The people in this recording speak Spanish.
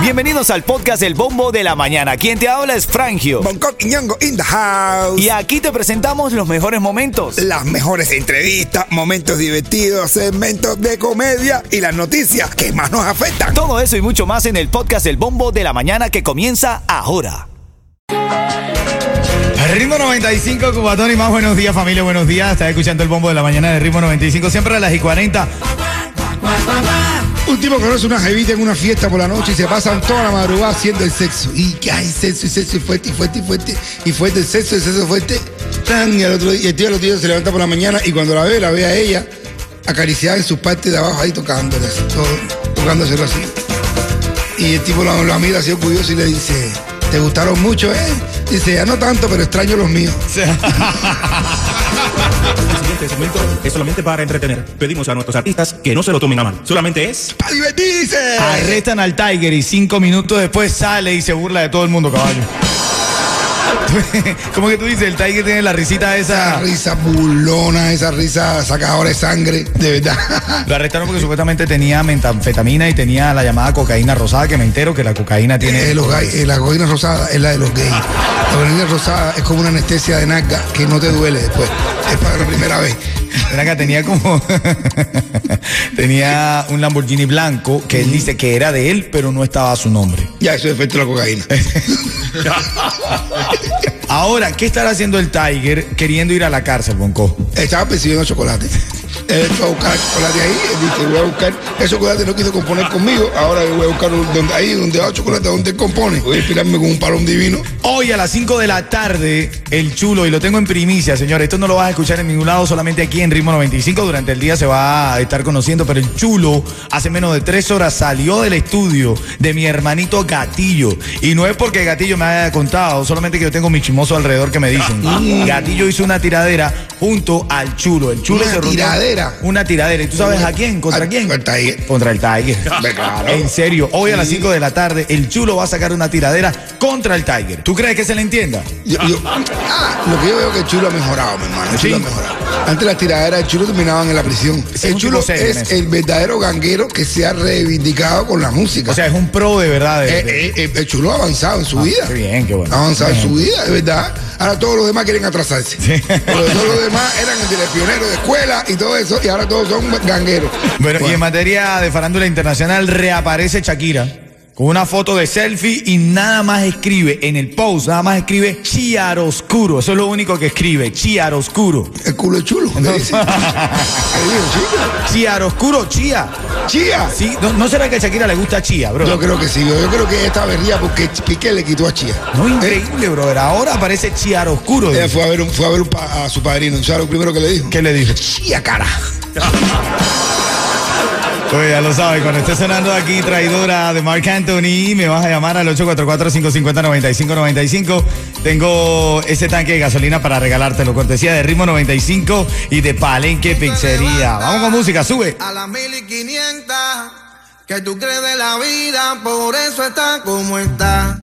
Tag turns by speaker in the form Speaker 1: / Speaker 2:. Speaker 1: Bienvenidos al podcast El Bombo de la Mañana. Quien te habla es Frangio.
Speaker 2: Bangkok y Ñongo in the house.
Speaker 1: Y aquí te presentamos los mejores momentos.
Speaker 2: Las mejores entrevistas, momentos divertidos, segmentos de comedia y las noticias que más nos afectan.
Speaker 1: Todo eso y mucho más en el podcast El Bombo de la Mañana que comienza ahora.
Speaker 3: Ritmo 95, Cubatón y más buenos días familia, buenos días. Estás escuchando el bombo de la mañana de Ritmo 95, siempre a las y 40.
Speaker 2: Un tipo conoce una jevita en una fiesta por la noche y se pasan toda la madrugada haciendo el sexo. Y que hay sexo y sexo y fuerte y fuerte y fuerte y fuerte el sexo y sexo fuerte. Tan, y, el otro día, y el tío de los tíos se levanta por la mañana y cuando la ve, la ve a ella acariciada en su parte de abajo ahí tocándole, así, todo, tocándoselo así. Y el tipo la, la mira así orgulloso y le dice, ¿te gustaron mucho, eh? Dice, ya no tanto, pero extraño los míos.
Speaker 4: El siguiente segmento es solamente para entretener. Pedimos a nuestros artistas que no se lo tomen a mal. Solamente es.
Speaker 2: ¡Para divertirse!
Speaker 3: Arrestan al Tiger y cinco minutos después sale y se burla de todo el mundo, caballo. ¿Cómo que tú dices? El Tiger tiene la risita
Speaker 2: Esa
Speaker 3: esa.
Speaker 2: risa burlona, esa risa sacadora de sangre, de verdad.
Speaker 3: Lo arrestaron porque supuestamente tenía metanfetamina y tenía la llamada cocaína rosada, que me entero que la cocaína
Speaker 2: Eh,
Speaker 3: tiene...
Speaker 2: los gays, eh, la cocaína rosada es la de los gays. La cocaína rosada es como una anestesia de narga que no te duele después. Es para la primera vez.
Speaker 3: Ven acá, tenía como. tenía un Lamborghini blanco que él dice que era de él, pero no estaba su nombre.
Speaker 2: Ya, eso es efecto de la cocaína.
Speaker 3: Ahora, ¿qué estará haciendo el Tiger queriendo ir a la cárcel, Bonco?
Speaker 2: Estaba persiguiendo chocolate. Él fue a buscar el chocolate ahí, él dice, voy a buscar. El chocolate no quiso componer conmigo, ahora yo voy a buscar un- donde, ahí donde va el chocolate, donde él compone. Voy a inspirarme con un palón divino.
Speaker 3: Hoy a las 5 de la tarde, el chulo, y lo tengo en primicia, señores. Esto no lo vas a escuchar en ningún lado, solamente aquí en Ritmo 95. Durante el día se va a estar conociendo, pero el chulo hace menos de tres horas salió del estudio de mi hermanito Gatillo. Y no es porque Gatillo me haya contado, solamente que yo tengo mi chimoso alrededor que me dicen.
Speaker 2: Ah,
Speaker 3: Gatillo hizo una tiradera junto al chulo. El chulo
Speaker 2: ¿Una
Speaker 3: se reunió-
Speaker 2: tiradera?
Speaker 3: Una tiradera. ¿Y tú sabes a quién? ¿Contra
Speaker 2: Al-
Speaker 3: quién?
Speaker 2: al Tiger.
Speaker 3: Contra el Tiger.
Speaker 2: Hombre, claro.
Speaker 3: En serio, hoy a las 5 de la tarde, el chulo va a sacar una tiradera contra el Tiger. ¿Tú crees que se le entienda?
Speaker 2: Yo- yo- ah, lo que yo veo es que el chulo ha mejorado, mi hermano. El chulo
Speaker 3: Sí.
Speaker 2: ha mejorado. Antes las tiraderas del chulo terminaban en la prisión.
Speaker 3: Sí, es
Speaker 2: El
Speaker 3: un
Speaker 2: chulo
Speaker 3: tipo serio en
Speaker 2: es
Speaker 3: eso.
Speaker 2: el verdadero ganguero que se ha reivindicado con la música.
Speaker 3: O sea, es un pro de verdad. de- de-
Speaker 2: Eh, eh, eh, el chulo ha avanzado en su vida.
Speaker 3: qué bien, qué bueno.
Speaker 2: Ha avanzado en su vida, de verdad. Ahora todos los demás quieren atrasarse. Pero todos los demás eran pioneros de escuela y todo eso, y ahora todos son gangueros.
Speaker 3: Bueno, y en materia de farándula internacional, reaparece Shakira con una foto de selfie y nada más escribe en el post, nada más escribe chiaroscuro. Eso es lo único que escribe, chiaroscuro.
Speaker 2: El culo es chulo. ¿qué dice? Ahí digo, chica,
Speaker 3: Chiaroscuro, chía.
Speaker 2: Chía.
Speaker 3: Sí, no, ¿no será que a Shakira le gusta chía, bro?
Speaker 2: Yo creo que sí, yo yo creo que esta avería porque Piqué le quitó a Chía.
Speaker 3: No,
Speaker 2: Eh,
Speaker 3: increíble, brother. Ahora aparece chiaroscuro.
Speaker 2: Ella fue a ver, un- fue a, ver un pa- a su padrino. ¿Sabes lo primero que le dijo?
Speaker 3: ¿Qué le dijo?
Speaker 2: Chía, cara.
Speaker 3: Oye, ya lo sabes, cuando esté sonando aquí traidora de Mark Anthony, me vas a llamar al 844-550-9595. Tengo ese tanque de gasolina para regalártelo, cortesía de Ritmo 95 y de Palenque Pizzería. Vamos con música, sube.
Speaker 5: a las mil y quinientas que tú crees de la vida, por eso está como está.